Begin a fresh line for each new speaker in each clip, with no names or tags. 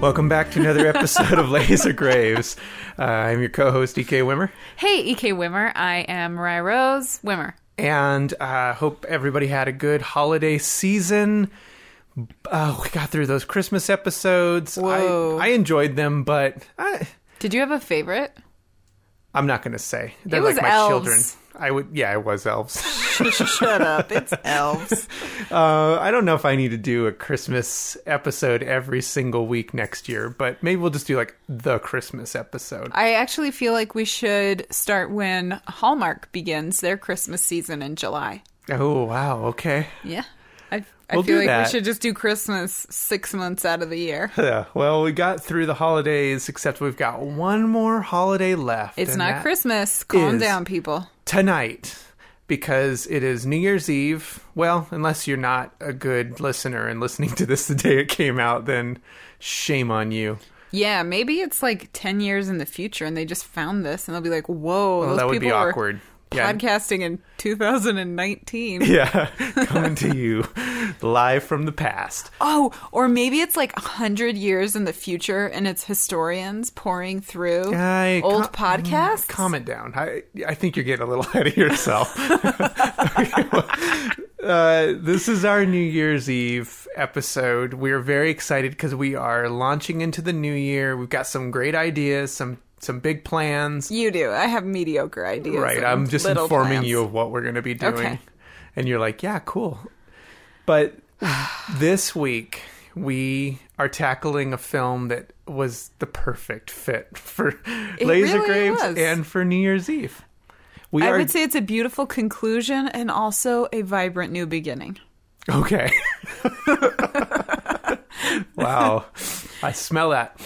Welcome back to another episode of Laser Graves. Uh, I'm your co-host EK Wimmer,
Hey, E.K. Wimmer. I am Mariah Rose Wimmer.
and uh, hope everybody had a good holiday season. Uh, we got through those Christmas episodes.
Whoa.
I, I enjoyed them, but I,
Did you have a favorite?
I'm not going to say. They're
It was
like my
elves.
children. I would, yeah, it was elves.
Shut up. It's elves.
Uh, I don't know if I need to do a Christmas episode every single week next year, but maybe we'll just do like the Christmas episode.
I actually feel like we should start when Hallmark begins their Christmas season in July.
Oh wow, okay.
Yeah. I, I
We'll
feel
do
like
that.
we should just do Christmas six months out of the year.
Yeah, well, we got through the holidays, except we've got one more holiday left.
It's
and
not
that-
Christmas. Calm
is-
down, people.
Tonight, because it is New Year's Eve. Well, unless you're not a good listener and listening to this the day it came out, then shame on you.
Yeah, maybe it's like 10 years in the future and they just found this and they'll be like, whoa, those
that would
people
be
were
awkward. Yeah.
podcasting in 2019.
Yeah, coming to you live from the past.
Oh, or maybe it's like a hundred years in the future, and it's historians pouring through
I-
old
com-
podcasts.
Comment down. I, I think you're getting a little ahead of yourself. uh, this is our New Year's Eve episode. We're very excited because we are launching into the new year. We've got some great ideas, some some big plans.
You do. I have mediocre ideas.
right.
and
I'm just
little
informing
plans.
you of what we're going to be doing.
Okay.
And you're like, yeah, cool. But this week, we are tackling a film that was the perfect fit for Laser
really
Graves
was.
and for New Year's Eve. We
I
are
would say it's a beautiful conclusion and also a vibrant new beginning.
okay. wow, I smell that.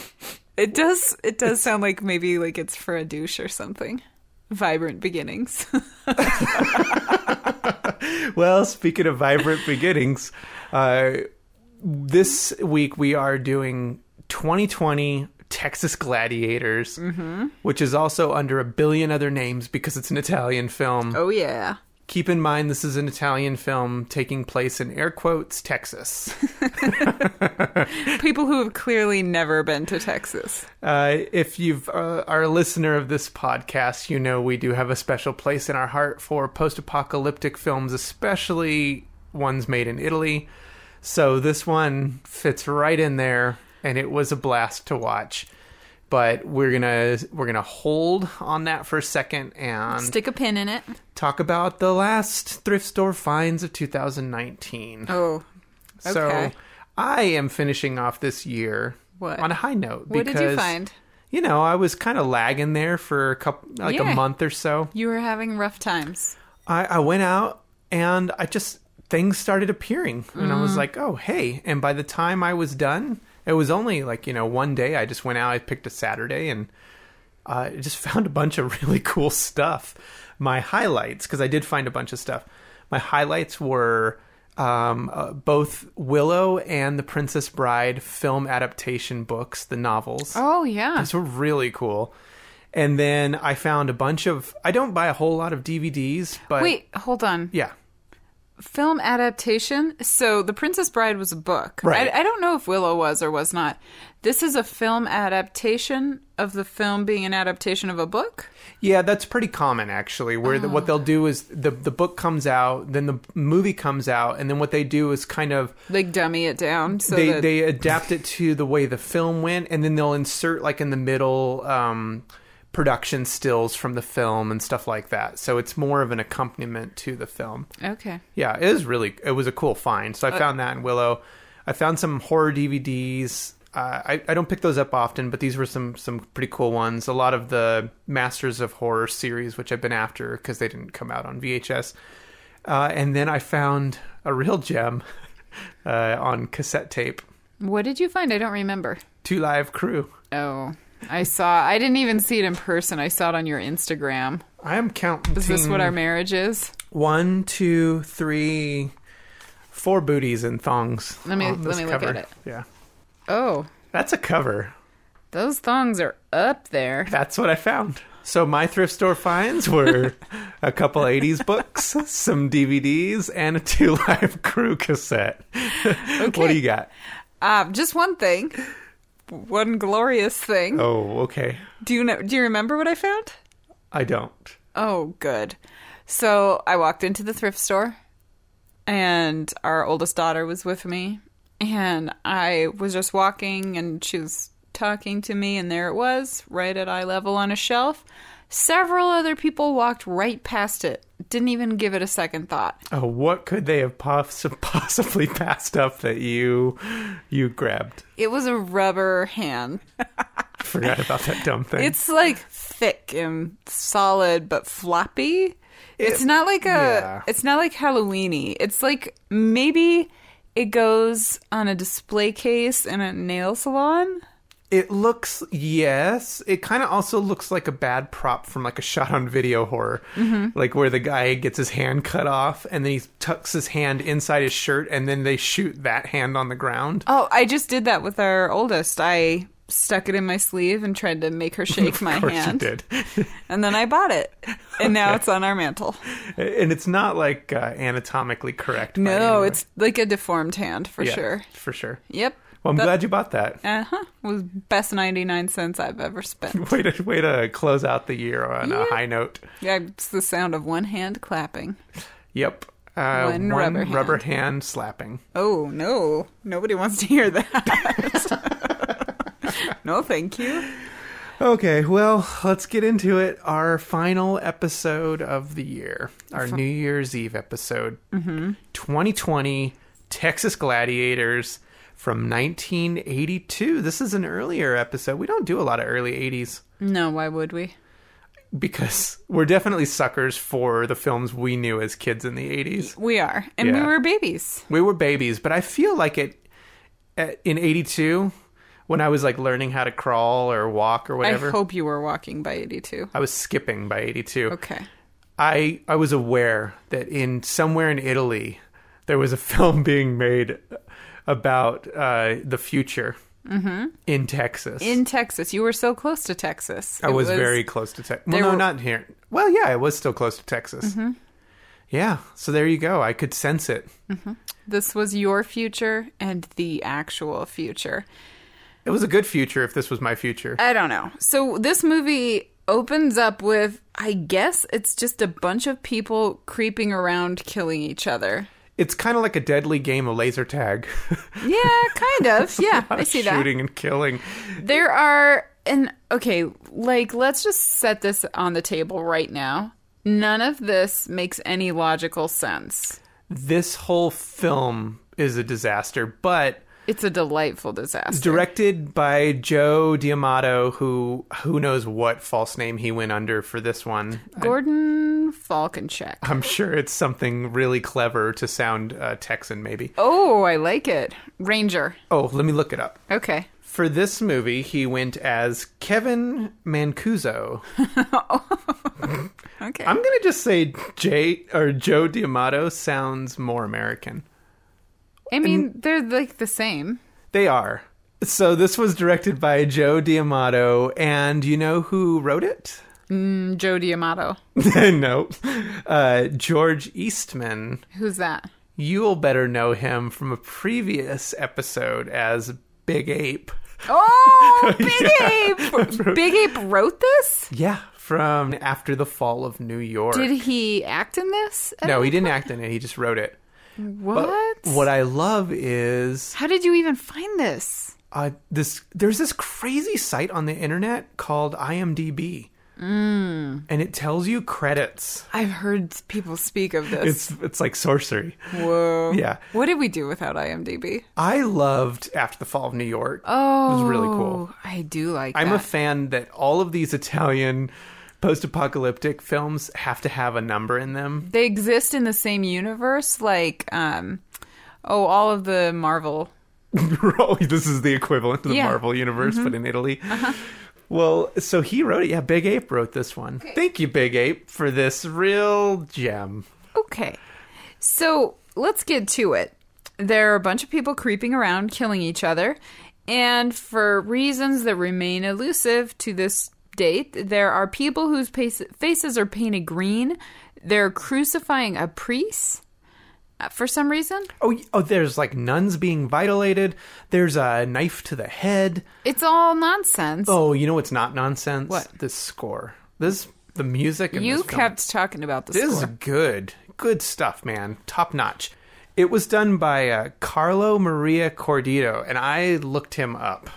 It does. It does sound like maybe like it's for a douche or something. Vibrant beginnings.
Well, speaking of vibrant beginnings, uh, this week we are doing 2020 Texas Gladiators, which is also under a billion other names because it's an Italian film.
oh yeah.
Keep in mind, this is an Italian film taking place in air quotes, Texas.
People who have clearly never been to Texas.
Uh, if you've uh, are a listener of this podcast, you know we do have a special place in our heart for post-apocalyptic films, especially ones made in Italy. So this one fits right in there, and it was a blast to watch. But we're gonna we're gonna hold on that for a second and
Stick a pin in it.
talk about the last thrift store finds of 2019.
Oh,
So
okay.
I am finishing off this year
What?
on a high note.
what did you
because
find?
you know, I was kind of lagging there for a couple, like
Yeah.
a month or so.
You were having rough times.
I, I went out and I just, things started appearing. And I was like, oh, hey. And by the time I was done, it was only like, you know, one day. I just went out, I picked a Saturday and uh, I just found a bunch of really cool stuff. My highlights, because I did find a bunch of stuff, my highlights were um, uh, both Willow and The Princess Bride film adaptation books, the novels.
Oh yeah.
These were really cool. And then I found a bunch of. I don't buy a whole lot of DVDs, but
Wait, hold on.
yeah,
Film adaptation. So, The Princess Bride was a book.
Right.
I, I don't know if Willow was or was not. This is a film adaptation of the film being an adaptation of a book.
yeah, that's pretty common actually. Where the,
Oh.
what they'll do is the the book comes out, then the movie comes out, and then what they do is kind of
Like dummy it down. So
they
that,
they adapt it to the way the film went, and then they'll insert like in the middle um, production stills from the film and stuff like that. So it's more of an accompaniment to the film.
okay.
Yeah, it is really. It was a cool find.
Uh,
So I found that in Willow. I found some horror DVDs. Uh, I I don't pick those up often, but these were some some pretty cool ones. A lot of the Masters of Horror series, which I've been after because they didn't come out on VHS. Uh, and then I found a real gem uh, on cassette tape.
What did you find? I don't remember.
Two Live Crew.
Oh, I saw. I didn't even see it in person. I saw it on your Instagram.
I am counting.
Is this what our marriage is?
one, two, three, four booties and thongs?
Let me-
on
let
this
me look
cover.
at it.
Yeah,
Oh,
that's a cover.
those thongs are up there.
That's what I found. So my thrift store finds were a couple 80s books, some DVDs, and a Two Live Crew cassette. What do you got?
Uh, just one Ah, thing. one glorious thing.
Oh, okay.
Do you know? Do you remember what I found?
I don't.
Oh, good. So I walked into the thrift store, and our oldest daughter was with me. And I was just walking, and she was talking to me, and there it was, right at eye level on a shelf. Several other people walked right past it, didn't even give it a second thought.
Oh, what could they have poss- possibly passed up that you you grabbed?
It was a rubber hand.
Forgot about that dumb thing.
It's like thick and solid but floppy. It's not like a
yeah.
it's not like Halloweeny. It's like maybe it goes on a display case in a nail salon.
It looks yes. It kind of also looks like a bad prop from like a shot on video horror,
Mm-hmm.
like where the guy gets his hand cut off and then he tucks his hand inside his shirt and then they shoot that hand on the ground.
Oh, I just did that with our oldest. I stuck it in my sleeve and tried to make her shake Oh, my
of course
hand.
you did,
And then I bought it. And now it's on our mantle.
and it's not like uh, anatomically correct. by any
No,
way.
it's like a deformed hand for
Yeah,
sure.
for sure.
Yep.
Well, I'm glad you bought that.
Uh huh. Was best 99 cents I've ever spent.
Way to way to close out the year on a high note.
Yeah, it's the sound of one hand clapping.
Yep. Uh,
One rubber hand.
hand slapping.
Oh no, nobody wants to hear that. no, thank you.
Okay, well, let's get into it. Our final episode of the year, our New Year's Eve episode, mm-hmm. 2020 Texas Gladiators from 1982. This is an earlier episode. We don't do a lot of early 80s
No, why would we?
because we're definitely suckers for the films we knew as kids in the 80s.
We are, and we
Yeah.
were babies.
We were babies, but I feel like it at, in 82 when I was like learning how to crawl or walk or whatever.
I hope you were walking by eighty-two.
I was skipping by 82.
Okay.
I I was aware that in somewhere in Italy there was a film being made about uh, the future in Texas.
Mm-hmm. In Texas, you were so close to Texas.
I
It
was, very close to Texas. Well,
there
no,
were- Mm-hmm.
not here. Well, yeah, I was still close to Texas. Yeah, so there you go. I could sense it.
This was your future and the actual future.
It was a good future if this was my future.
I don't know. So this movie opens up with, I guess it's just a bunch of people creeping around, killing each other.
It's kind of like a deadly game of laser tag.
Yeah, kind of. Yeah,
A lot
I
of
see that.
shooting and killing.
There are, and okay, like let's just set this on the table right now. None of this makes any logical sense.
This whole film is a disaster, but
It's a delightful disaster.
directed by Joe Diamato, who who knows what false name he went under for this one.
Gordon Falconcheck.
I'm sure it's something really clever to sound uh, Texan, maybe.
Oh, I like it. Ranger.
Oh, let me look it up.
Okay.
For this movie, he went as Kevin Mancuso.
Okay.
I'm gonna just say Jay or Joe Diamato sounds more American.
I mean, they're like the same.
They are. So this was directed by Joe Diamato, and you know who wrote it?
Mm, Joe Diamato.
no, uh, George Eastman.
Who's that?
You'll better know him from a previous episode as Big Ape.
Oh, Big
Yeah.
Ape. Big Ape wrote this.
Yeah, from After the Fall of New York.
Did he act in this? at
no,
all?
he didn't act in it. He just wrote it. But
What?
what I love is
How did you even find this?
uh, this. There's this crazy site on the internet called IMDb, mm. and it tells you credits.
I've heard people speak of this.
It's it's like sorcery.
Whoa.
Yeah.
What did we do without IMDb?
I loved After the Fall of New York.
Oh,
was really cool.
I do like.
I'm a
that.
fan that all of these Italian post-apocalyptic films have to have a number in them.
they exist in the same universe, like um, oh, all of the Marvel.
Oh, this is the equivalent to the
Yeah. Mm-hmm. Uh-huh.
Marvel universe, but in Italy. Well, so he wrote it. Yeah, Big Ape wrote this one. Thank you, Big Ape, for this real gem.
Okay, so let's get to it. There are a bunch of people creeping around, killing each other, and for reasons that remain elusive to this date, there are people whose pace- faces are painted green. They're crucifying a priest. uh, for some reason.
Oh, y- oh, there's like nuns being violated. There's a knife to the head.
It's all nonsense.
Oh, you know what's not nonsense?
What?
This score. This the music. In
you
this film.
kept talking about the
This is
score.
good, good stuff, man. Top notch. It was done by uh, Carlo Maria Cordito, and I looked him up,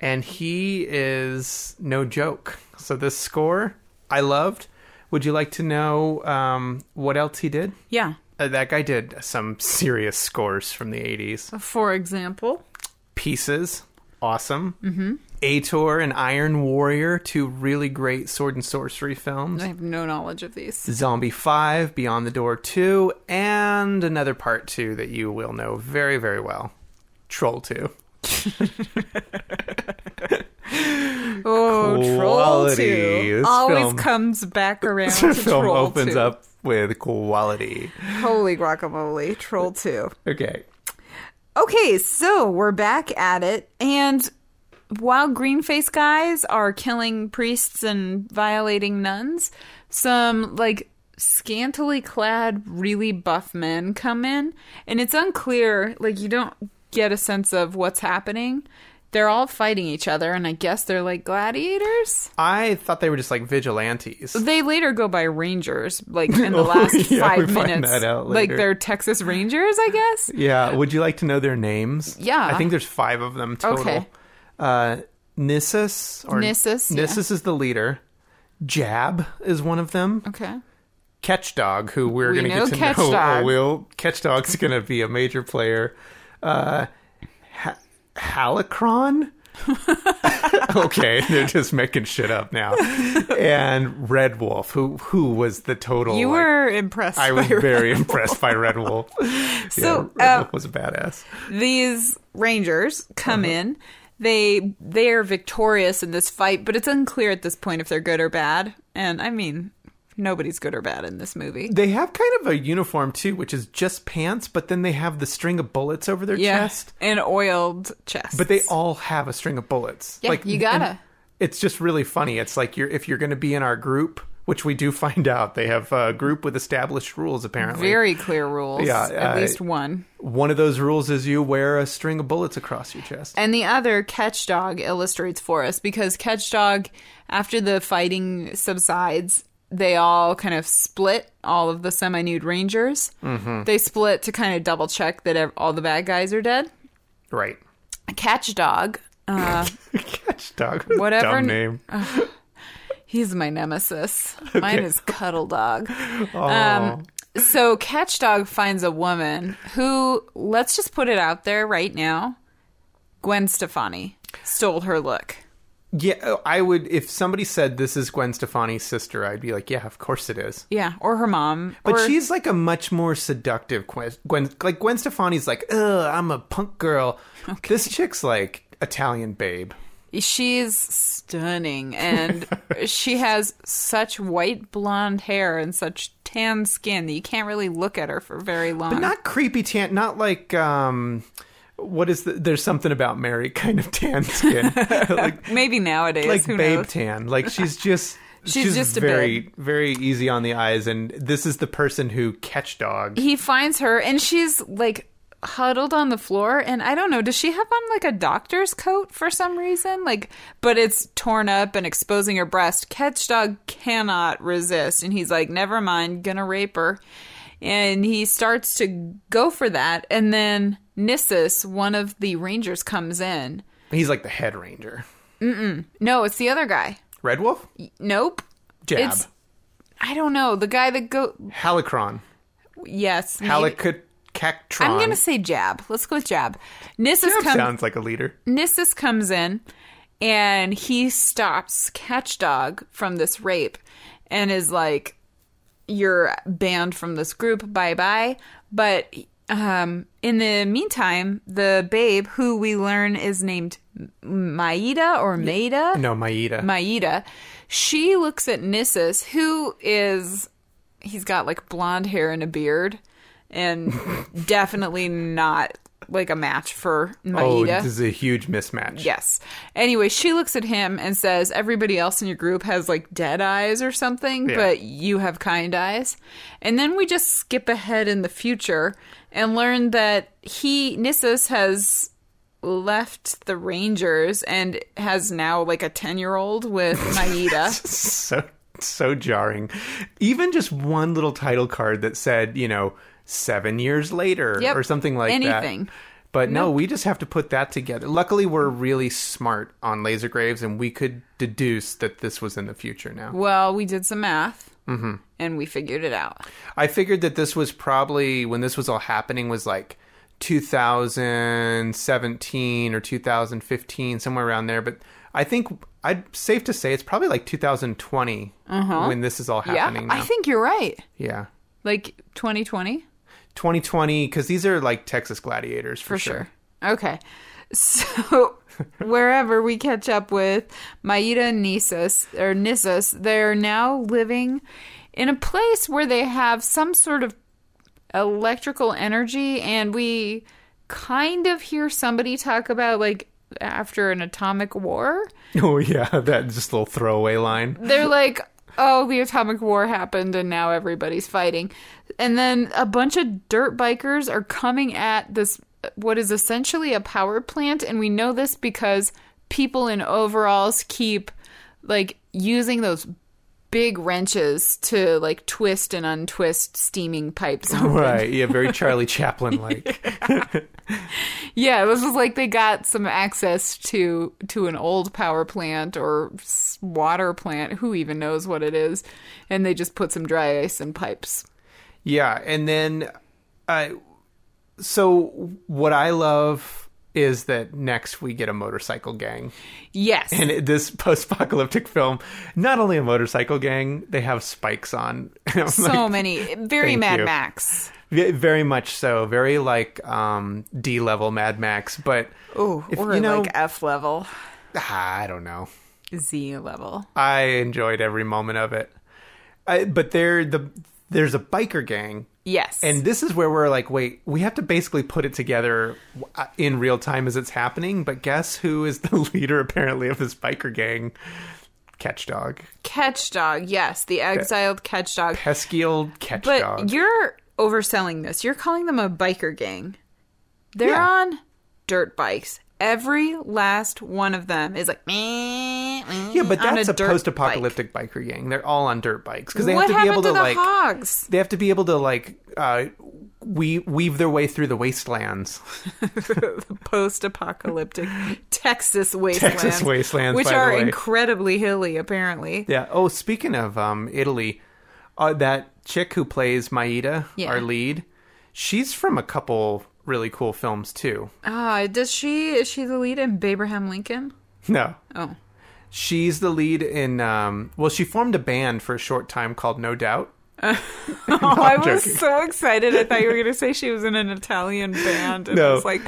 and he is no joke. So this score, I loved. Would you like to know um, what else he did?
Yeah.
Uh, that guy did some serious scores from the '80s.
For example,
Pieces, awesome. Mm-hmm. Ator and Iron Warrior, two really great sword and sorcery films.
I have no knowledge of these.
Zombie 5, Beyond the Door 2, and another part 2 that you will know very, very well Troll 2.
Oh, Troll
Quality.
2
This
always
film-
comes back around to
film
Troll
opens
2.
up with quality.
Holy guacamole, Troll 2.
Okay.
Okay, so we're back at it.
And while green face guys are killing priests and violating nuns, some like scantily clad, really buff men come in, and it's unclear. Like you don't get a sense of what's happening. They're all fighting each other, and I guess they're like gladiators.
I thought they were just like vigilantes.
They later go by rangers, like in the last
yeah, we
five
find
minutes.
that out
Like
later.
they're Texas Rangers, I guess.
Yeah. Would you like to know their names?
Yeah.
I think there's five of them total.
Okay.
Uh, Nissus or
Nissus, yeah.
Nissus is the leader. Jab is one of them.
Okay.
Catch Dog, who we're
We
going to
know
get to
Catch
know.
Dog.
Oh, will Catch Dog's going to be a major player. Uh, ha- Halicron. okay, they're just making shit up now. And Red Wolf, who who was the total.
You
like-
were impressed.
Oh, I was
by
very impressed by Red Wolf.
So,
yeah, Red
uh,
Wolf was a badass.
these rangers come
Uh-huh.
in they they are victorious in this fight but it's unclear at this point if they're good or bad and i mean nobody's good or bad in this movie
They have kind of a uniform too, which is just pants, but then they have the string of bullets over their chest.
an oiled chest
But they all have a string of bullets.
Yeah, you gotta.
and It's just really funny. It's like you're if you're going to be in our group, which we do find out, they have a group with established rules. Apparently,
very clear rules
Yeah,
at
uh,
least one
one of those rules is you wear a string of bullets across your chest.
and the other catch dog illustrates for us because catch dog after the fighting subsides they all kind of split all of the semi-nude rangers they split to kind of double check that ev- all the bad guys are dead
Right.
catch dog uh,
Catch dog.
Whatever
Dumb
n- uh.
name.
he's my nemesis mine is cuddle dog um, so catch dog finds a woman who let's just put it out there right now gwen stefani stole her look
Yeah, oh, I would. If somebody said this is Gwen Stefani's sister, I'd be like, yeah, of course it is.
yeah or her mom
But
or-
she's like a much more seductive Gwen. Gwen like Gwen Stefani's like, ugh, I'm a punk girl. This chick's like Italian babe.
she's stunning and she has such white blonde hair and such tan skin that you can't really look at her for very long
But not creepy tan, not like um what is the there's something about Mary kind of tan skin. like
maybe nowadays
like
who
babe
knows?
tan. Like she's just
She's just a
very very easy on the eyes and this is the person who catch dog.
he finds her and she's like huddled on the floor and i don't know does she have on like a doctor's coat for some reason like but it's torn up and exposing her breast catch dog cannot resist and he's like never mind gonna rape her and he starts to go for that and then nissus one of the rangers comes in
He's like the head ranger.
no it's the other guy
Red Wolf?
nope
Jab.
It's- i don't know the guy that go
Halicron.
yes maybe-
Halicactron.
i'm gonna say jab let's go with jab nissus
That
comes
sounds like a leader.
Nissus comes in and he stops Catchdog from this rape and is like, You're banned from this group, bye bye. But um, in the meantime, the babe, who we learn is named Maida or Maida,
No, Maida.
Maida, she looks at Nissus, who is he's got like blonde hair and a beard, and definitely not like a match for
Oh,
Maeda.
this is a huge mismatch.
Yes. Anyway, she looks at him and says, Everybody else in your group has like dead eyes or something,
Yeah.
but you have kind eyes. And then we just skip ahead in the future and learn that he, Nissus, has left the Rangers and has now like a 10 year old with Maeda.
so so jarring. Even just one little title card that said, you know, seven years later
Yep.
or something like that.
Anything.
But no, we just have to put that together. Luckily, we're really smart on laser graves, and we could deduce that this was in the future. Now,
well, we did some math
Mm-hmm.
and we figured it out.
I figured that this was probably when this was all happening was like 2017 or 2015, somewhere around there. But I think I'd safe to say it's probably like 2020 when this is all happening.
Uh-huh. yeah,
now.
I think you're right.
yeah.
Like 2020?
2020 because these are like Texas gladiators for,
for sure. Okay. So wherever we catch up with Maeda and Nisus or Nisus, they're now living in a place where they have some sort of electrical energy and we kind of hear somebody talk about like after an atomic war.
Oh yeah, that just little throwaway line.
They're like, oh, the atomic war happened and now everybody's fighting. And then a bunch of dirt bikers are coming at this, what is essentially a power plant. And we know this because people in overalls keep like using those big wrenches to like twist and untwist steaming pipes.
Right. Yeah, very Charlie Chaplin like.
yeah, this was like they got some access to to an old power plant or s- water plant, who even knows what it is, and they just put some dry ice in pipes.
Yeah, and then uh so what I love is that next we get a motorcycle gang.
Yes.
And it- this post-apocalyptic film, not only a motorcycle gang, they have spikes on. And I'm
so
like,
many. Very
Thank
Mad
you.
Max.
Ve- Very much so. Very like um, D level Mad Max, but
Oh,
If-
or
you know-
like F level,
I don't know.
Z level.
I enjoyed every moment of it. I, but they're the there's a biker gang,
Yes.
and this is where we're like, wait, we have to basically put it together uh, in real time as it's happening. But guess who is the leader apparently of this biker gang? Catch dog,
catch dog. Yes, the exiled catch dog.
pesky old catch
But
dog.
you're overselling this. You're calling them a biker gang. They're
Yeah.
on dirt bikes. Every last one of them is like, meh, meh,
yeah, but
on
that's a,
dirt
post-apocalyptic biker gang. They're all on dirt bikes because
bike.
they have
what
to be
happened
able
to,
to,
the
like
hogs?
they have to be able to like uh, we weave their way through the wastelands.
the post-apocalyptic Texas wastelands,
wastelands,
which
by the
are
way.
incredibly hilly, apparently.
Yeah. Oh, speaking of um, Italy, uh, that chick who plays Maida,
Yeah.
our lead, she's from a couple really cool films too.
Ah, does she? Is she the lead in Abraham Lincoln?
No,
Oh,
she's the lead in. Um, well, she formed a band for a short time called No Doubt.
oh I was
joking.
so excited. I thought you were going to say she was in an Italian band, and I
No.
was like,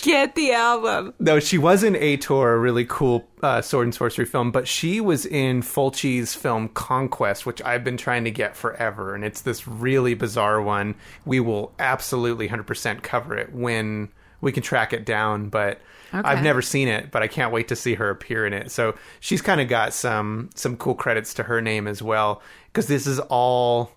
"Get the album."
No, she was in Ator, a really cool uh, sword and sorcery film, but she was in Fulci's film Conquest, which I've been trying to get forever, and it's this really bizarre one. We will absolutely 100% cover it when we can track it down, but
Okay.
I've never seen it, but I can't wait to see her appear in it. So she's kind of got some some cool credits to her name as well, because this is all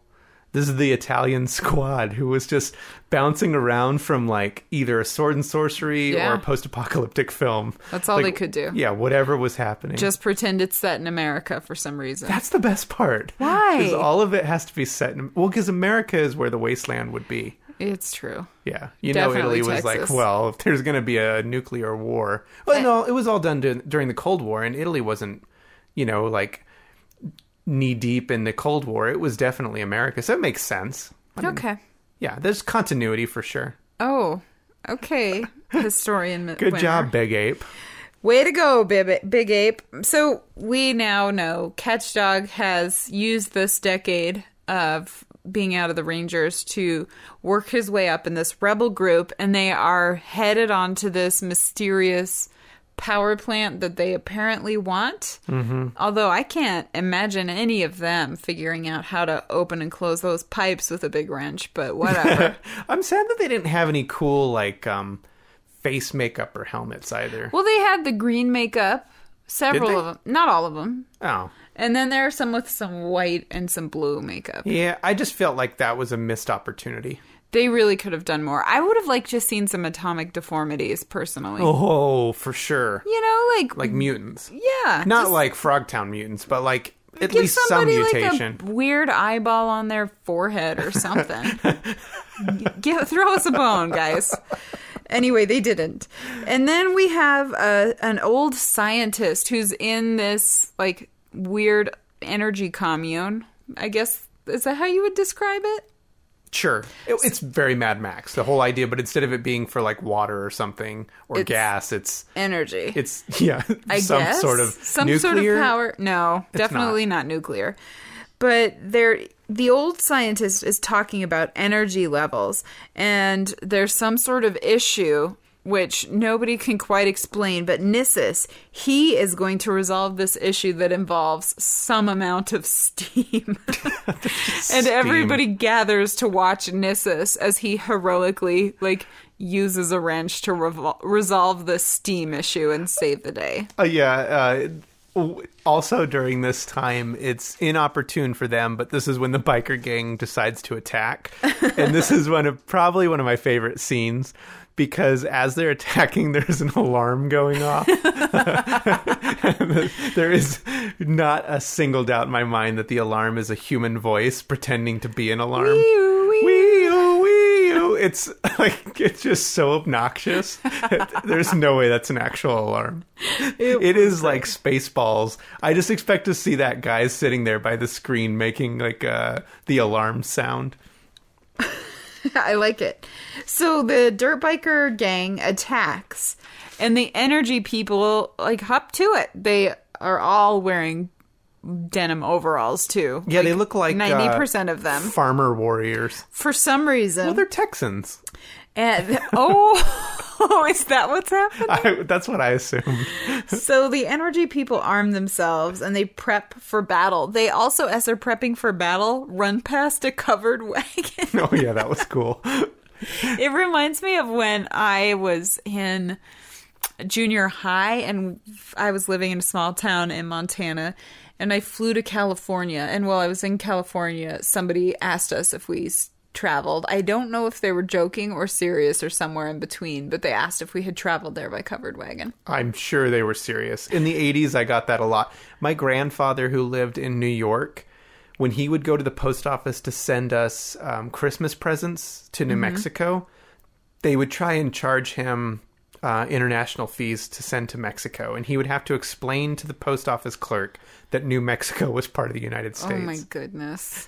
this is the Italian squad who was just bouncing around from like either a sword and sorcery
Yeah.
or a post-apocalyptic film.
That's all
Like,
they could do.
Yeah, whatever was happening.
Just pretend it's set in America for some reason.
that's the best part.
Why?
Because all of it has to be set in well, because America is where the wasteland would be.
it's true.
Yeah, you know,
Definitely
Italy was like,
Texas.
well, if there's going to be a nuclear war, well, no, it was all done dur- during the Cold War, and Italy wasn't, you know, like knee deep in the Cold War. It was definitely America, so it makes sense. I mean,
Okay.
Yeah, there's continuity for sure.
Oh, okay. Historian.
Good job, Big Ape.
Way to go, Bib- Big Ape. So we now know Catch Dog has used this decade of being out of the Rangers to work his way up in this rebel group, and they are headed on to this mysterious power plant that they apparently want. Mm-hmm. Although I can't imagine any of them figuring out how to open and close those pipes with a big wrench, but whatever.
I'm sad that they didn't have any cool like um face makeup or helmets either.
Well, they had the green makeup, several
they?
of them, not all of them.
oh.
And then there are some with some white and some blue makeup.
Yeah, I just felt like that was a missed opportunity.
They really could have done more. I would have liked just seen some atomic deformities personally.
Oh, for sure.
You know, like,
Like mutants.
yeah,
Not
just
like Frogtown mutants, but like at
give
least some
somebody
mutation.
like a weird eyeball on their forehead or something. Give, throw us a bone, guys. Anyway, they didn't. And then we have a, an old scientist who's in this like weird energy commune. I guess is that how you would describe it?
Sure. It- it's very Mad Max, the whole idea, but instead of it being for like water or something or
It's-
gas, it's
Energy.
it's yeah,
I
some
guess.
sort of
some
nuclear.
sort of power. No, definitely not. nuclear. But there, the old scientist is talking about energy levels, and there's some sort of issue which nobody can quite explain. But Nissus, he is going to resolve this issue that involves some amount of steam, and everybody gathers to watch Nissus as he heroically like uses a wrench to revol- resolve the steam issue and save the day.
Uh, yeah. Uh, w- also, during this time, it's inopportune for them, but this is when the biker gang decides to attack, and this is one of probably one of my favorite scenes because as they're attacking, there's an alarm going off. there is not a single doubt in my mind that the alarm is a human voice pretending to be an alarm. Wee-oo, wee-oo. It's like it's just so obnoxious. There's no way that's an actual alarm. it is like Spaceballs. I just expect to see that guy sitting there by the screen making like uh, the alarm sound.
I like it.
So the dirt biker gang attacks, and the energy people like hop to it. They are all wearing denim overalls too.
Yeah, they look like uh,
ninety percent of them
farmer warriors.
for some reason.
Well, they're Texans.
and, oh, is that what's happening?
I, that's what I assumed.
So the energy people arm themselves and they prep for battle. They also, as they're prepping for battle, run past a covered wagon.
Oh yeah, that was cool.
It reminds me of when I was in junior high and I was living in a small town in Montana and I flew to California. And while I was in California, somebody asked us if we s- traveled. I don't know if they were joking or serious or somewhere in between, but they asked if we had traveled there by covered wagon.
I'm sure they were serious. In the 80s, I got that a lot. My grandfather, who lived in New York, when he would go to the post office to send us um, Christmas presents to
Mm-hmm.
New Mexico, they would try and charge him uh, international fees to send to Mexico. And he would have to explain to the post office clerk that New Mexico was part of the United States.
Oh my goodness.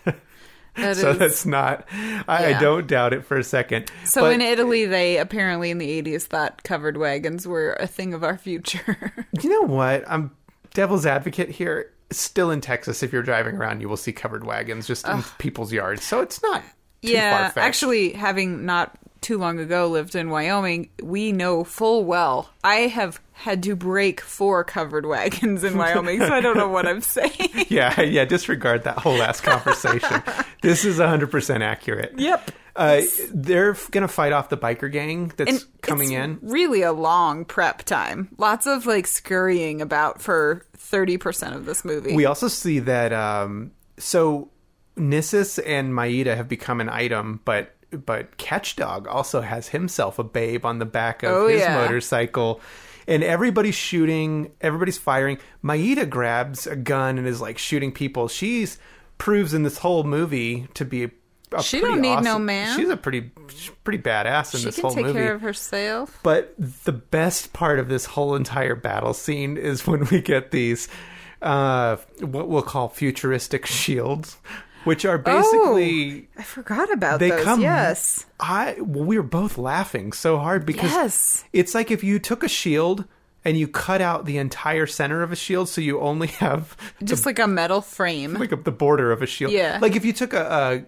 That is
so that's not, I,
Yeah.
I don't doubt it for a second.
So
But-
in Italy, they apparently in the 80s thought covered wagons were a thing of our future.
You know what? I'm devil's advocate here. Still in Texas, if you're driving around, you will see covered wagons just in people's yards. So it's not too
yeah,
far-fetched.
actually, having not too long ago lived in Wyoming, we know full well I have had to break four covered wagons in Wyoming, so I don't know what I'm saying.
yeah, yeah. Disregard that whole last conversation. this is 100 percent accurate.
Yep.
Uh, they're f- gonna fight off the biker gang that's
And
coming
it's
in.
Really a long prep time. Lots of like scurrying about for 30% of this movie.
We also see that. Um, so Nissus and Maeda have become an item, but but Catchdog also has himself a babe on the back of
Oh,
his
yeah.
motorcycle. And everybody's shooting, everybody's firing. Maeda grabs a gun and is like shooting people. She's proves in this whole movie to be a, a
She
pretty
don't need no
awesome-
man.
She's a pretty she's pretty badass in
she
this
can
whole
take
movie.
care of herself.
But the best part of this whole entire battle scene is when we get these, uh, what we'll call futuristic shields, which are basically
Oh,
I forgot about
they
those.
come.
yes.
I well, we were both laughing so hard because
Yes.
it's like if you took a shield and you cut out the entire center of a shield, so you only have
Just like a metal frame.
like up the border of a shield.
Yeah.
Like if you took a, a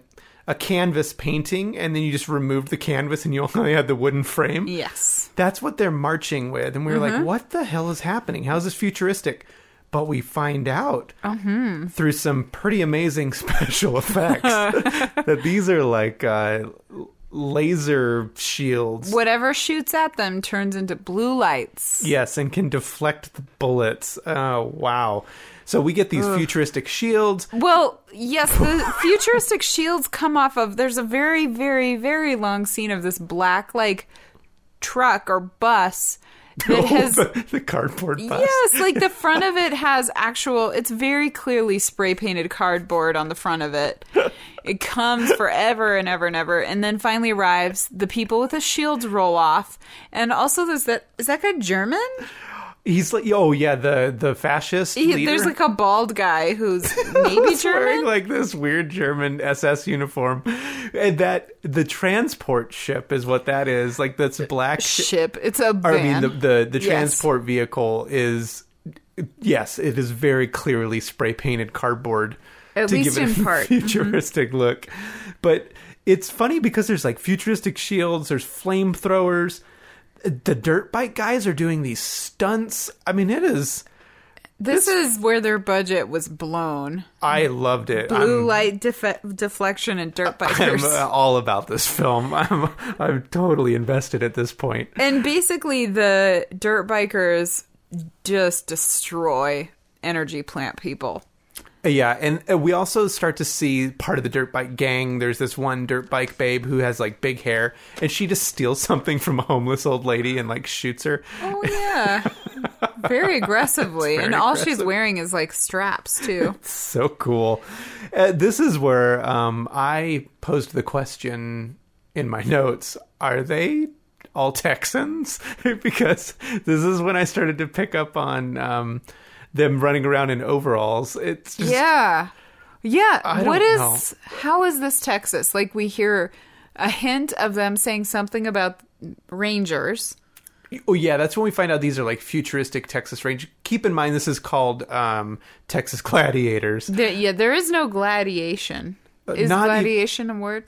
a canvas painting and then you just removed the canvas and you only had the wooden frame.
Yes.
That's what they're marching with. And we were
Mm-hmm.
like, what the hell is happening? How's this futuristic? But we find out
Mm-hmm.
through some pretty amazing special effects that these are like uh, laser shields.
Whatever shoots at them turns into blue lights.
Yes, and can deflect the bullets. Oh, wow. So we get these futuristic shields.
Well, yes, the futuristic shields come off of. There's a very, very, very long scene of this black, like, truck or bus that has.
Oh, the, the cardboard bus.
Yes, like the front of it has actual. It's very clearly spray painted cardboard on the front of it. It comes forever and ever and ever, and then finally arrives. The people with the shields roll off, and also there's that. Is that guy German?
He's like, oh yeah, the the fascist
He-
leader.
there's like a bald guy who's maybe
was
German.
wearing
Uh-huh.
like this weird German SS uniform, and that the transport ship is what that is. Like this black ship.
ship. It's a
I mean,
van.
the the, the
Yes.
transport vehicle is. Yes, it is very clearly spray painted cardboard
At
to
least
give it
in
a
part. Mm-hmm.
futuristic look. But it's funny because there's like futuristic shields, there's flamethrowers. The dirt bike guys are doing these stunts. I mean, it is.
this is where their budget was blown.
I loved it.
Blue
I'm-
light def- deflection and dirt
I'm
bikers.
uh, all about this film. I'm I'm totally invested at this point.
and basically, the dirt bikers just destroy energy plant people.
Yeah, and uh, we also start to see part of the dirt bike gang. There's this one dirt bike babe who has like big hair, and she just steals something from a homeless old lady and like shoots her.
Oh yeah, very aggressively, and
very
all she's wearing is like straps too.
So cool. Uh, this is where um, I posed the question in my notes: Are they all Texans? because this is when I started to pick up on. Um, them running around in overalls. It's just
yeah, yeah.
don't
what is?
know.
How is this Texas? Like we hear a hint of them saying something about rangers.
Oh yeah, that's when we find out these are like futuristic Texas Range. Keep in mind this is called um, Texas Gladiators.
There, yeah, there is no gladiation. Is
not e-
gladiation a word?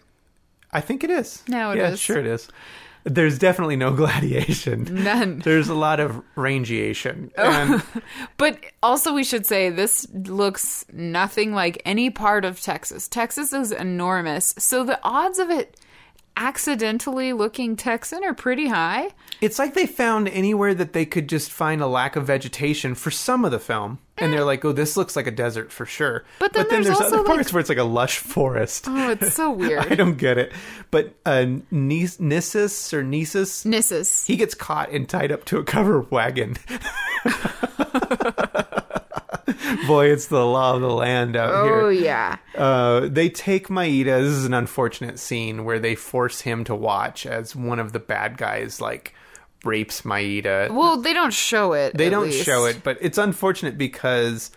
I think it is.
No, it
yeah,
is.
sure it is. There's definitely no gladiation.
None.
There's a lot of rangiation.
Oh.
And
But also, we should say this looks nothing like any part of Texas. Texas is enormous, so the odds of it accidentally looking Texan are pretty high.
it's like they found anywhere that they could just find a lack of vegetation for some of the film. And they're like, oh, this looks like a desert for sure.
Eh. But then there's also,
other
like-
parts where it's like a lush forest.
Oh, it's so
I
weird.
don't get it. But uh, Nis- Nisus or Nisus?
Nissus.
He gets caught and tied up to a cover wagon. Boy, it's the law of the land out
Oh
here.
yeah.
Uh, they take Maeda. This is an unfortunate scene where they force him to watch as one of the bad guys like rapes Maeda.
Well, they don't show it.
they
at
don't
least.
show it, but it's unfortunate because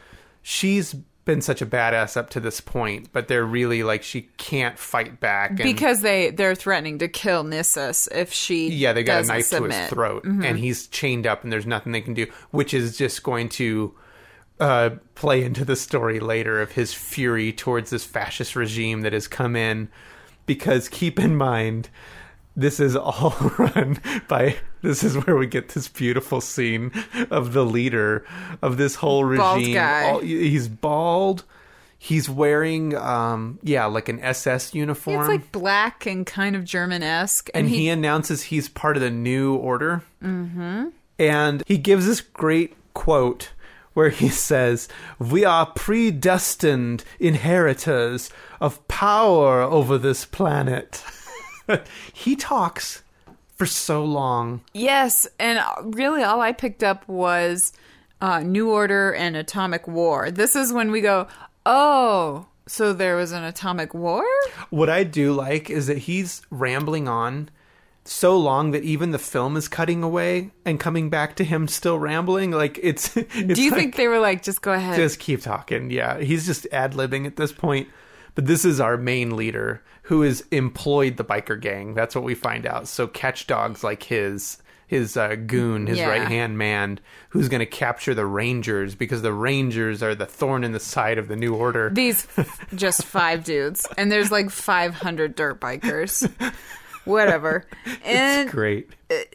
she's been such a badass up to this point, but they're really like she can't fight back. And,
because they they're threatening to kill Nissus if she
Yeah, they got a
doesn't
knife
submit. Mm-hmm.
to his throat, and he's chained up, and there's nothing they can do, which is just going to uh, play into the story later of his fury towards this fascist regime that has come in. Because keep in mind, this is all run by. This is where we get this beautiful scene of the leader of this whole regime.
Bald guy.
All- he's bald. He's wearing, um, yeah, like an SS uniform
It's like black and kind of German esque,
and he, announces he's part of the new order. Mm-hmm. And he gives this great quote where he says, "We are predestined inheritors of power over this planet." he talks for so long.
Yes, and uh, really all I picked up was uh, New Order and Atomic War. This is when we go, oh, so there was an atomic war?
What I do like is that he's rambling on so long that even the film is cutting away and coming back to him still rambling. Like it's. it's
Do you
like-
think they were like, just go ahead?
just keep talking. Yeah, he's just ad libbing at this point. But this is our main leader who is employed the biker gang. That's what we find out. So catch dogs like his his uh, goon, his
Yeah.
right hand man, who's going to capture the Rangers because the Rangers are the thorn in the side of the new order.
These just five dudes, and there's like 500 dirt bikers. Whatever. And
It's great.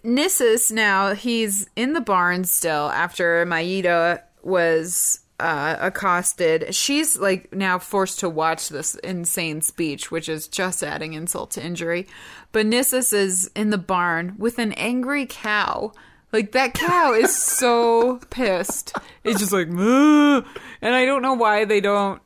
Nissus now he's in the barn still after Maeda was uh, accosted. She's like now forced to watch this insane speech, which is just adding insult to injury. But Nissus is in the barn with an angry cow. Like that cow is so pissed. It's just like, "Moo." and I don't know why they don't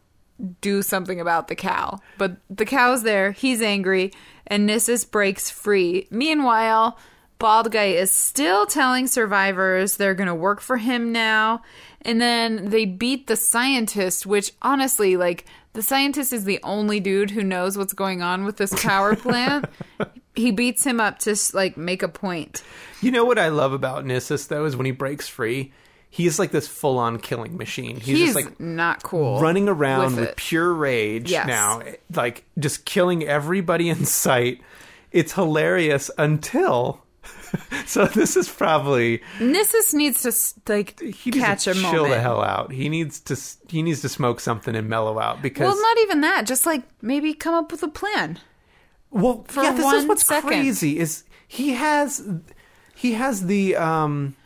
do something about the cow. But the cow's there, he's angry, and Nissus breaks free. Meanwhile, Bald Guy is still telling survivors they're going to work for him now. And then they beat the scientist, which honestly, like, the scientist is the only dude who knows what's going on with this power plant. he beats him up to, like, make a point.
You know what I love about Nissus though is when he breaks free, he's like this full on killing machine. He's,
He's,
just like
not cool.
running around
with
with,
it.
pure rage
Yes.
now, like just killing everybody in sight. It's hilarious until. so this is probably
Nissus needs to, s- like,
he needs
catch
to
a
chill
moment.
the hell out. He needs to s- he needs to smoke something and mellow out because
Well, not even that. Just like maybe come up with a plan.
Well,
for
yeah, this is
one
what's
second.
crazy is he has he has the um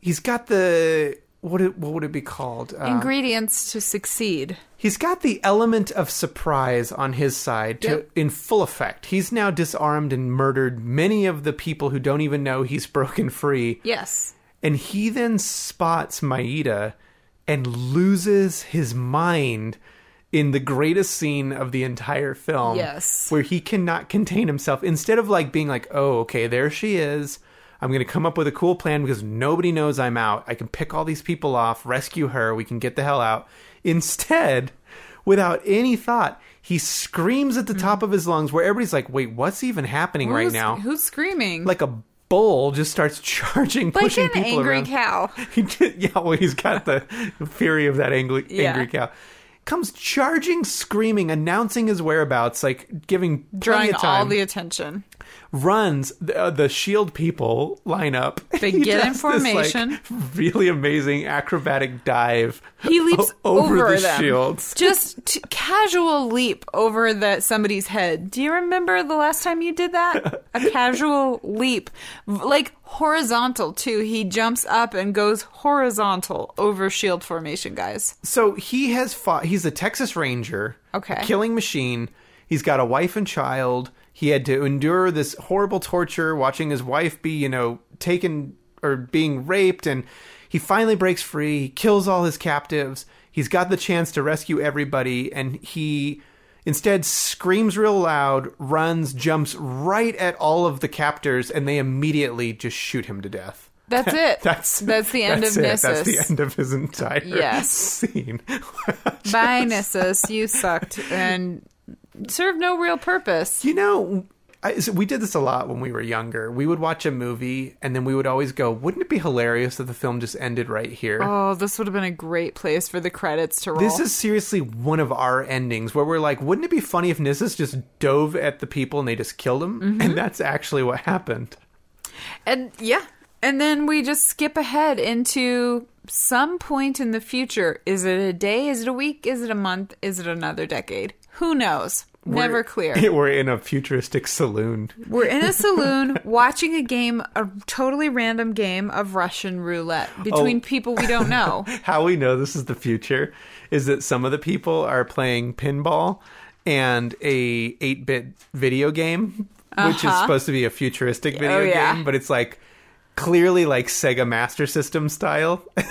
he's got the what it, what would it be called? Uh,
Ingredients to succeed.
he's got the element of surprise on his side to,
Yep.
in full effect. He's now disarmed and murdered many of the people who don't even know he's broken free.
Yes.
And he then spots Maida and loses his mind in the greatest scene of the entire film.
Yes.
Where he cannot contain himself. Instead of like being like, oh, okay, there she is. I'm going to come up with a cool plan because nobody knows I'm out. I can pick all these people off, rescue her, we can get the hell out. Instead, without any thought, he screams at the top of his lungs where everybody's like, wait, what's even happening right
Who's-
now?
Who's screaming?
like a bull just starts charging,
like
pushing
an
people
angry
around.
cow.
He did- yeah, well, he's got the fury of that angry,
Yeah.
angry cow. Comes charging, screaming, announcing his whereabouts, like giving plenty
Drawing
of
all
time.
the attention.
runs the, uh, the shield people line up.
They
He
get in
does this, like,
formation.
really amazing acrobatic dive.
He leaps
o- over,
over
the
them.
shields.
Just t- casual leap over the somebody's head. Do you remember the last time you did that? A casual leap, V- like horizontal too. He jumps up and goes horizontal over shield formation, guys.
So he has fought. He's a Texas Ranger.
Okay.
a killing machine. He's got a wife and child. He had to endure this horrible torture, watching his wife be, you know, taken or being raped, and he finally breaks free. He kills all his captives. He's got the chance to rescue everybody, and he instead screams real loud, runs, jumps right at all of the captors, and they immediately just shoot him to death.
That's it.
That's
that's the end
that's
of
it.
Nissus.
That's the end of his entire
Yes.
scene.
Bye, Nissus. You sucked and served no real purpose.
You know, I, so we did this a lot when we were younger. We would watch a movie and then we would always go, wouldn't it be hilarious if the film just ended right here?
Oh, this would have been a great place for the credits to roll.
This is seriously one of our endings where we're like, wouldn't it be funny if Nissus just dove at the people and they just killed him?
Mm-hmm.
And that's actually what happened.
and yeah, and then we just skip ahead into some point in the future. Is it a day? Is it a week? Is it a month? Is it another decade? Who knows? Never clear.
We're in a futuristic saloon.
We're in a saloon watching a game, a totally random game of Russian roulette between
Oh.
people we don't know.
How we know this is the future is that some of the people are playing pinball and a 8-bit video game which is supposed to be a futuristic video
Uh-huh. Oh, yeah.
game but it's like clearly like Sega Master System style.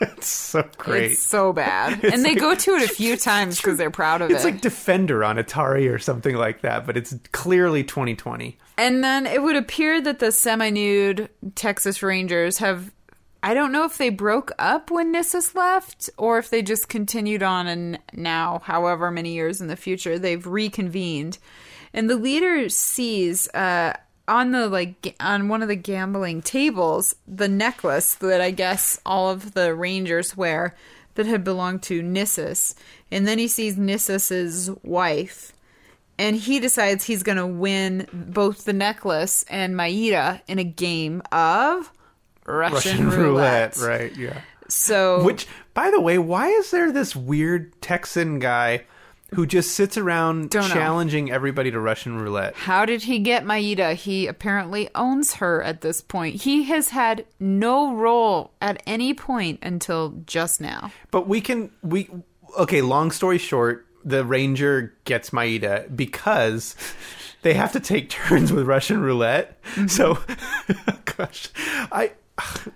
it's so great.
It's
It's,
so bad. and they go to it a few times because they're proud of it.
like Defender on Atari or something like that, but it's clearly 2020.
and then it would appear that the semi nude Texas Rangers have. I don't know if they broke up when Nissus left or if they just continued on and now, however many years in the future, they've reconvened. And the leader sees uh, on the like g- on one of the gambling tables the necklace that I guess all of the Rangers wear that had belonged to Nissus. And then he sees Nissus's wife and he decides he's going to win both the necklace and Maida in a game of Russian,
Russian roulette,
roulette.
right? Yeah.
So
Which, by the way, why is there this weird Texan guy who just sits around
Don't know.
challenging everybody to Russian roulette.
How did he get Maida? He apparently owns her at this point. He has had no role at any point until just now.
But we can we okay. Long story short, the ranger gets Maida because they have to take turns with Russian roulette.
Mm-hmm.
So, gosh, I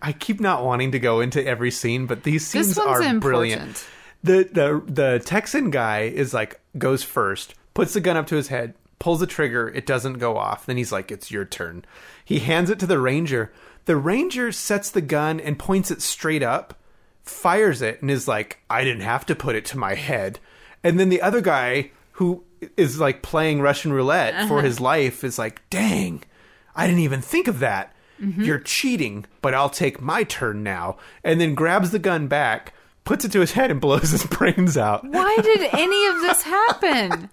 I keep not wanting to go into every scene, but these
This
scenes
one's
are
important.
brilliant. The the the Texan guy is like goes first, puts the gun up to his head, pulls the trigger, it doesn't go off. Then he's like, "It's your turn." He hands it to the ranger. The ranger sets the gun and points it straight up, fires it, and is like, "I didn't have to put it to my head." And then the other guy who is like playing Russian roulette for
Uh-huh.
his life is like, "Dang, I didn't even think of that."
Mm-hmm.
You're cheating, but I'll take my turn now. And then grabs the gun back, puts it to his head, and blows his brains out.
Why did any of this happen?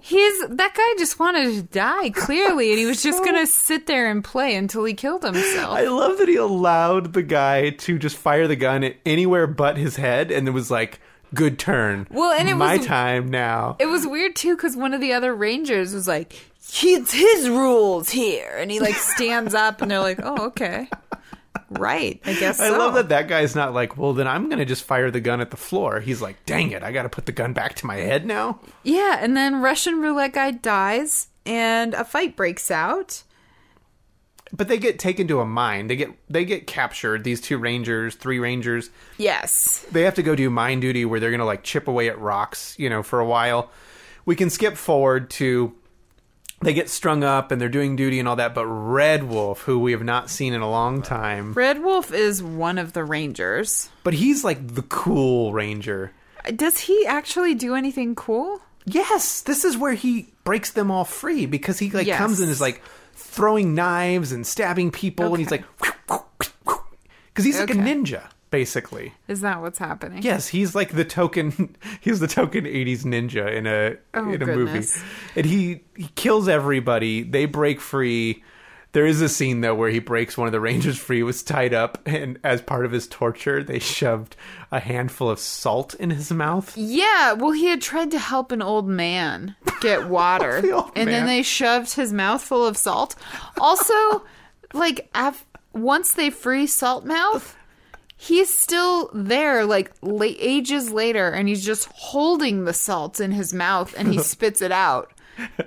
He's that guy just wanted to die clearly, and he was just gonna sit there and play until he killed himself.
I love that he allowed the guy to just fire the gun at anywhere but his head, and it was like, "Good turn."
Well, and it
my
was-
time now.
It was weird too because one of the other rangers was like,
He, it's his rules here.
and he like stands up, and they're like, "Oh, okay, right, I guess."
I
so.
love that that guy's not like, "Well, then I'm gonna just fire the gun at the floor." He's like, "Dang it, I got to put the gun back to my head now."
Yeah, and then Russian roulette guy dies, and a fight breaks out.
But they get taken to a mine. They get they get captured. These two rangers, three rangers.
Yes,
they have to go do mine duty where they're going to like chip away at rocks, you know, for a while. We can skip forward to they get strung up and they're doing duty and all that, but Red Wolf, who we have not seen in a long time,
Red Wolf is one of the rangers.
but he's like the cool ranger.
Does he actually do anything cool?
Yes, this is where he breaks them all free because he like
Yes.
comes and is like throwing knives and stabbing people and he's like cuz he's like a
Okay.
ninja basically.
Is that what's happening?
Yes, he's like the token. He's the token '80s ninja in a
Oh,
in a
goodness.
movie, and he he kills everybody. They break free. There is a scene though where he breaks one of the rangers free. He was tied up, and as part of his torture, they shoved a handful of salt in his mouth.
Yeah, well, he had tried to help an old man get water,
The old
and
man.
then they shoved his mouth full of salt. Also, like af- once they free Salt Mouth, he's still there, like la- ages later, and he's just holding the salt in his mouth, and he spits it out,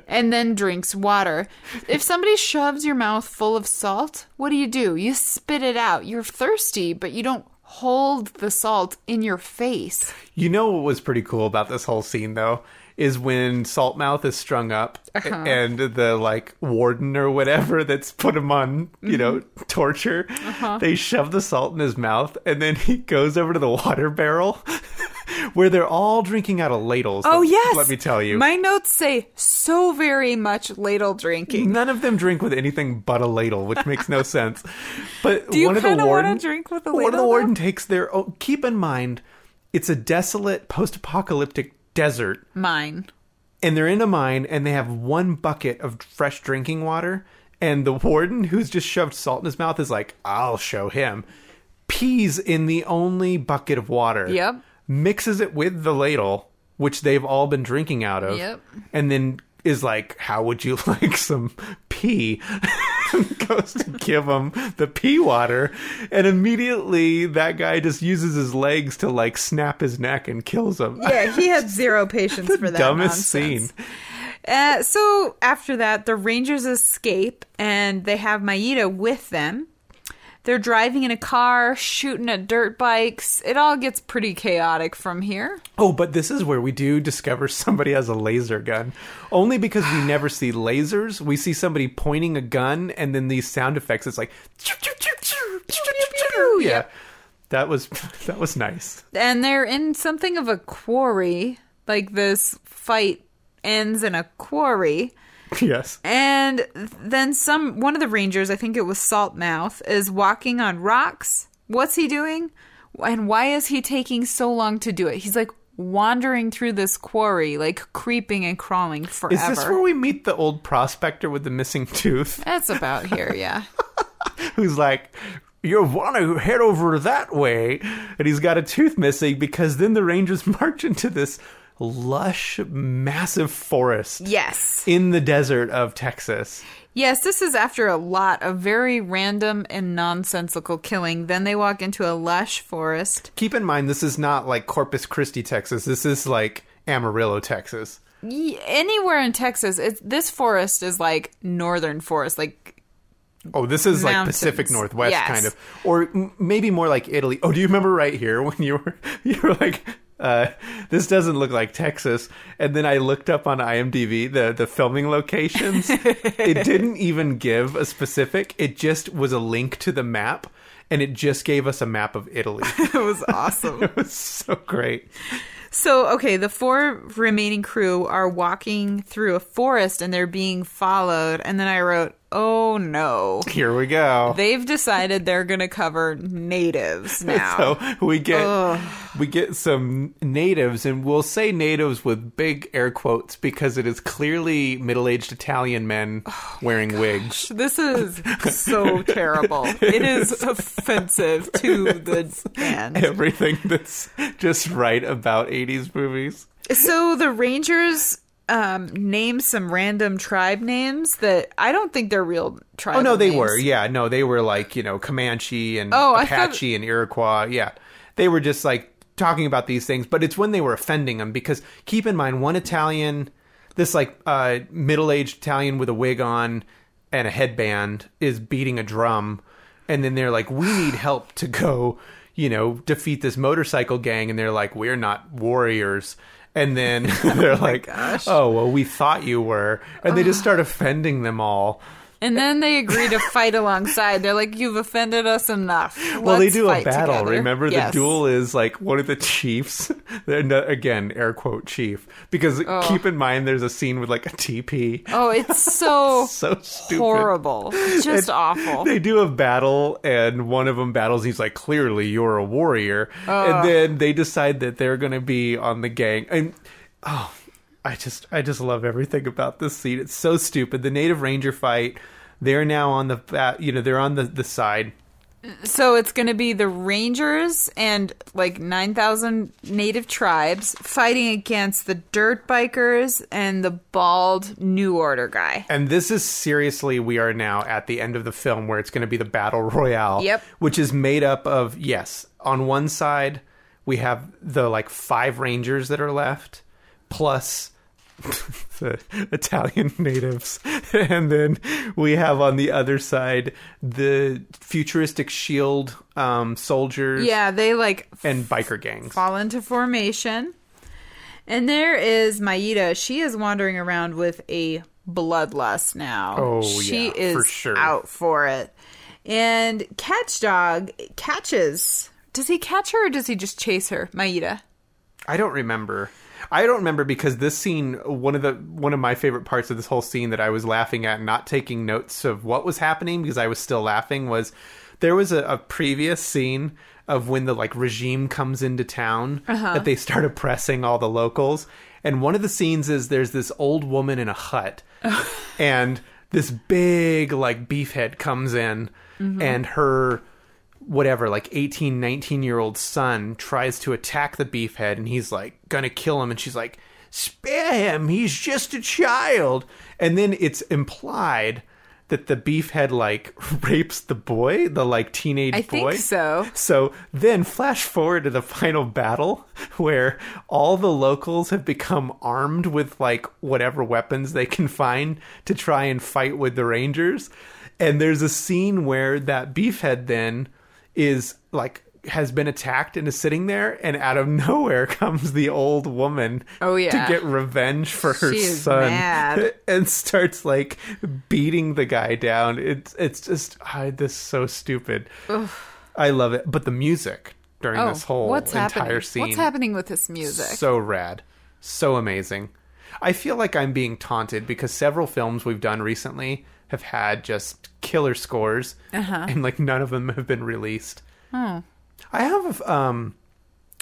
and then drinks water. If somebody shoves your mouth full of salt, what do you do? You spit it out. You're thirsty, but you don't hold the salt in your face.
You know what was pretty cool about this whole scene though is when Saltmouth is strung up
Uh-huh.
and the like warden or whatever that's put him on, you know,
Mm-hmm.
torture.
Uh-huh.
They shove the salt in his mouth and then he goes over to the water barrel where they're all drinking out of ladles.
Oh
let,
yes.
Let me tell you.
My notes say so very much ladle drinking.
None of them drink with anything but a ladle, which makes no sense. But
you
one of the
kinda wanna
warden
drink with a
One of
ladle,
the
though?
warden takes their. own keep in mind, it's a desolate post-apocalyptic desert.
Mine.
and they're in a mine and they have one bucket of fresh drinking water and the warden who's just shoved salt in his mouth is like i'll show him pees in the only bucket of water
Yep.
mixes it with the ladle which they've all been drinking out of
Yep.
and then is like how would you like some pee And goes to give him the pee water and immediately that guy just uses his legs to like snap his neck and kills him
Yeah, he had zero patience for that.
dumbest
nonsense.
scene
Uh, so after that, the Rangers escape and they have Maida with them. They're driving in a car, shooting at dirt bikes. It all gets pretty chaotic from here.
Oh, but this is where we do discover somebody has a laser gun. Only because we never see lasers. We see somebody pointing a gun and then these sound effects. It's like yeah. That was that was nice.
and they're in something of a quarry. Like this fight ends in a quarry.
Yes.
And then some one of the rangers, I think it was Saltmouth, is walking on rocks. What's he doing? And why is he taking so long to do it? He's like wandering through this quarry, like creeping and crawling forever.
Is this where we meet the old prospector with the missing tooth
That's about here, yeah.
who's like you want to head over that way and he's got a tooth missing because then the rangers march into this lush, massive forest
Yes.
in the desert of Texas.
Yes, this is after a lot of very random and nonsensical killing. Then they walk into a lush forest.
Keep in mind, this is not like Corpus Christi, Texas. This is like Amarillo, Texas.
Ye- anywhere in Texas, it's, this forest is like northern forest, like
Oh, this is like
Mountains.
Pacific Northwest
Yes.
kind of, or m- maybe more like Italy. Oh, do you remember right here when you were you were like, uh, "This doesn't look like Texas," and then I looked up on IMDb the the filming locations. it didn't even give a specific. It just was a link to the map, and it just gave us a map of Italy.
it was awesome.
it was so great.
so, okay, the four remaining crew are walking through a forest and they're being followed. And then I wrote, "Oh no."
Here we go.
They've decided they're going to cover natives now.
So we get we get some natives, and we'll say natives with big air quotes because it is clearly middle-aged Italian men wearing wigs.
This is so terrible. It is offensive to the band.
Everything that's just right about '80s movies.
So the Rangers um, name some random tribe names that I don't think they're real tribes.
Oh no, they were. Yeah, no, they were like you know Comanche and
Oh, I thought-
Apache and Iroquois. Yeah, they were just like talking about these things, but it's when they were offending them because keep in mind one Italian, this like uh, middle-aged Italian with a wig on and a headband is beating a drum, and then they're like, "We need help to go." You know, defeat this motorcycle gang, and they're like, "We're not warriors." And then they're like, "Oh well, we thought you were," and they
Ah.
just start offending them all.
And then they agree to fight alongside. They're like, "You've offended us enough."
Well,
Let's
they do a
fight
battle.
together."
Remember,
Yes.
the duel is like one of the chiefs. and, uh, again, air quote chief, because keep in mind there's a scene with like a teepee.
Oh, it's so,
So stupid.
horrible. Just awful.
They do a battle, and one of them battles. He's like, "Clearly, you're a warrior." And then they decide that they're going to be on the gang. And oh, I just, I just love everything about this scene. It's so stupid. The native ranger fight. They're now on the, ba- you know, they're on the the side.
So it's going to be the Rangers and like 9,000 native tribes fighting against the dirt bikers and the bald New Order guy.
And this is seriously, we are now at the end of the film where it's going to be the battle royale.
Yep.
Which is made up of, yes, on one side, we have the like five Rangers that are left, plus the Italian natives. And then we have on the other side the futuristic shield um, soldiers
Yeah, they like
and biker gangs.
fall into formation. And there is Maida. She is wandering around with a bloodlust now.
Oh,
she
yeah,
is
for sure.
out for it. And Catch Dog catches. Does he catch her or does he just chase her, Maida?
I don't remember. I don't remember because this scene, one of the one of my favorite parts of this whole scene that I was laughing at, and not taking notes of what was happening because I was still laughing, was there was a, a previous scene of when the like regime comes into town that they start oppressing all the locals, and one of the scenes is there's this old woman in a hut, and this big like beefhead comes in, and her whatever like 18 19 year old son tries to attack the beefhead and he's like gonna kill him and she's like spare him he's just a child and then it's implied that the beefhead like rapes the boy the like teenage
I think
boy
so.
so then flash forward to the final battle where all the locals have become armed with like whatever weapons they can find to try and fight with the rangers. And there's a scene where that beefhead then is like has been attacked and is sitting there and out of nowhere comes the old woman
Oh, yeah.
to get revenge for her
She is
son
mad.
and starts like beating the guy down. It's it's just ah, this is so stupid. I love it, but the music during this whole entire
happening?
scene
Oh, What's happening with this music?
so rad, so amazing. I feel like I'm being taunted because several films we've done recently have had just killer scores,
Uh-huh.
and like none of them have been released.
Hmm.
I have um,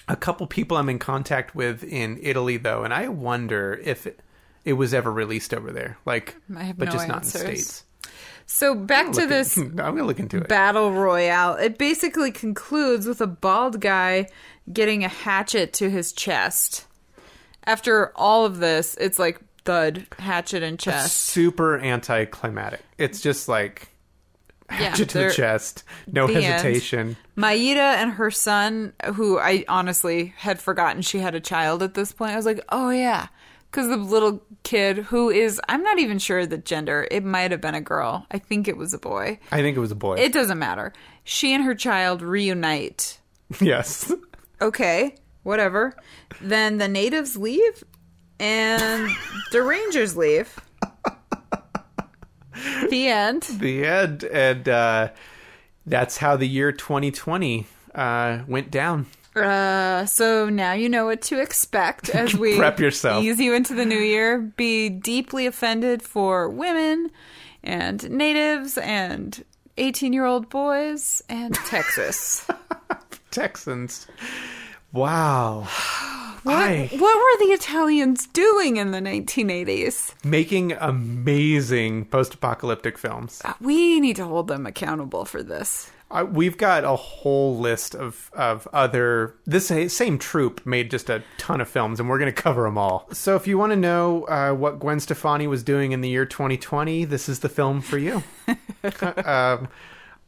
a couple people I'm in contact with in Italy though, and I wonder if it, it was ever released over there. Like,
I have
but
no
just not in the
answers.
states.
So back to
Look-
this
I'm gonna look into it.
battle royale. It basically concludes with a bald guy getting a hatchet to his chest after all of this, it's like thud, hatchet, and chest.
Super anticlimactic. It's just like hatchet to
they're-
the chest, no
the end.
hesitation.
Maida and her son, who I honestly had forgotten she had a child at this point, I was like, oh yeah. Because the little kid who is, I'm not even sure of the gender. It might have been a girl. I think it was a boy.
I think it was a boy.
It doesn't matter. She and her child reunite.
yes.
Okay, whatever.
Then the natives leave and the rangers leave.
The end.
The end. And uh, that's how the year 2020 uh, went down.
Uh, so now you know what to expect as we
Prep yourself.
ease you into the new year. Be deeply offended for women and natives and 18 year old boys and Texas.
Texans. Wow. I
what were the Italians doing in the 1980s?
making amazing post-apocalyptic films.
We need to hold them accountable for this.
I, we've got a whole list of of other this sa- same troupe made just a ton of films, and we're going to cover them all. So, if you want to know uh, what Gwen Stefani was doing in the year 2020, this is the film for you. um,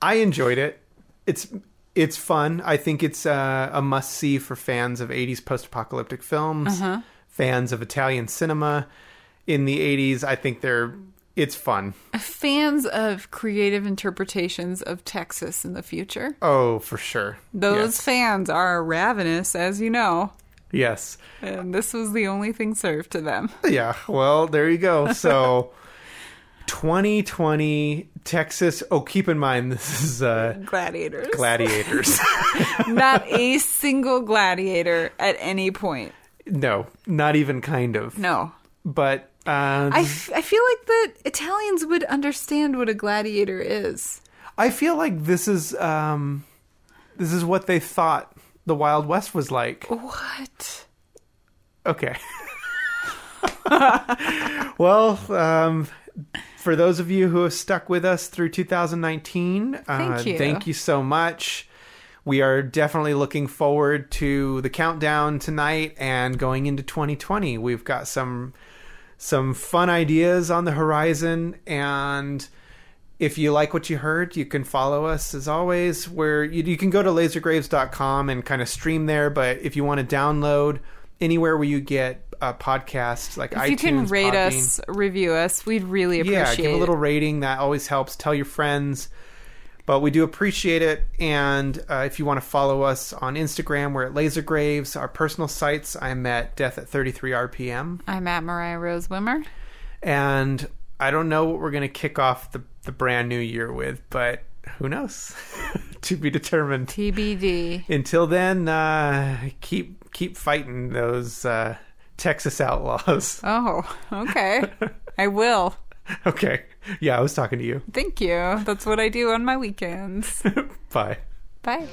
I enjoyed it. It's it's fun. I think it's uh, a must see for fans of 80s post apocalyptic films, fans of Italian cinema in the 80s. I think they're it's fun.
Fans of creative interpretations of Texas in the future.
Oh, for sure.
Those
Yes.
fans are ravenous, as you know,
yes.
and this was the only thing served to them.
Yeah, well, there you go. So 2020 Texas. Oh, keep in mind this is uh
gladiators.
gladiators.
Not a single gladiator at any point.
no, not even kind of.
No.
But uh
I, f- I feel like that Italians would understand what a gladiator is.
I feel like this is um this is what they thought the Wild West was like.
What?
Okay. well, um, for those of you who have stuck with us through 2019, uh,
Thank you.
thank you so much. We are definitely looking forward to the countdown tonight and going into 2020. We've got some some fun ideas on the horizon and if you like what you heard, you can follow us as always. Where you, you can go to lasergraves.com and kind of stream there. But if you want to download anywhere where you get uh, podcasts, like
If
iTunes,
you can rate
Podbean,
us, review us, we'd really appreciate
yeah, give a little
it.
rating. That always helps. Tell your friends. But we do appreciate it. And uh, if you want to follow us on Instagram, we're at lasergraves. Our personal sites, I'm at death at 33 RPM.
I'm at Mariah Rose Wimmer.
And I don't know what we're going to kick off the, the brand new year with, but who knows? to be determined.
TBD.
Until then, uh, keep keep fighting those uh, Texas outlaws.
Oh, okay. I will.
okay. Yeah, I was talking to you.
Thank you. That's what I do on my weekends.
Bye.
Bye.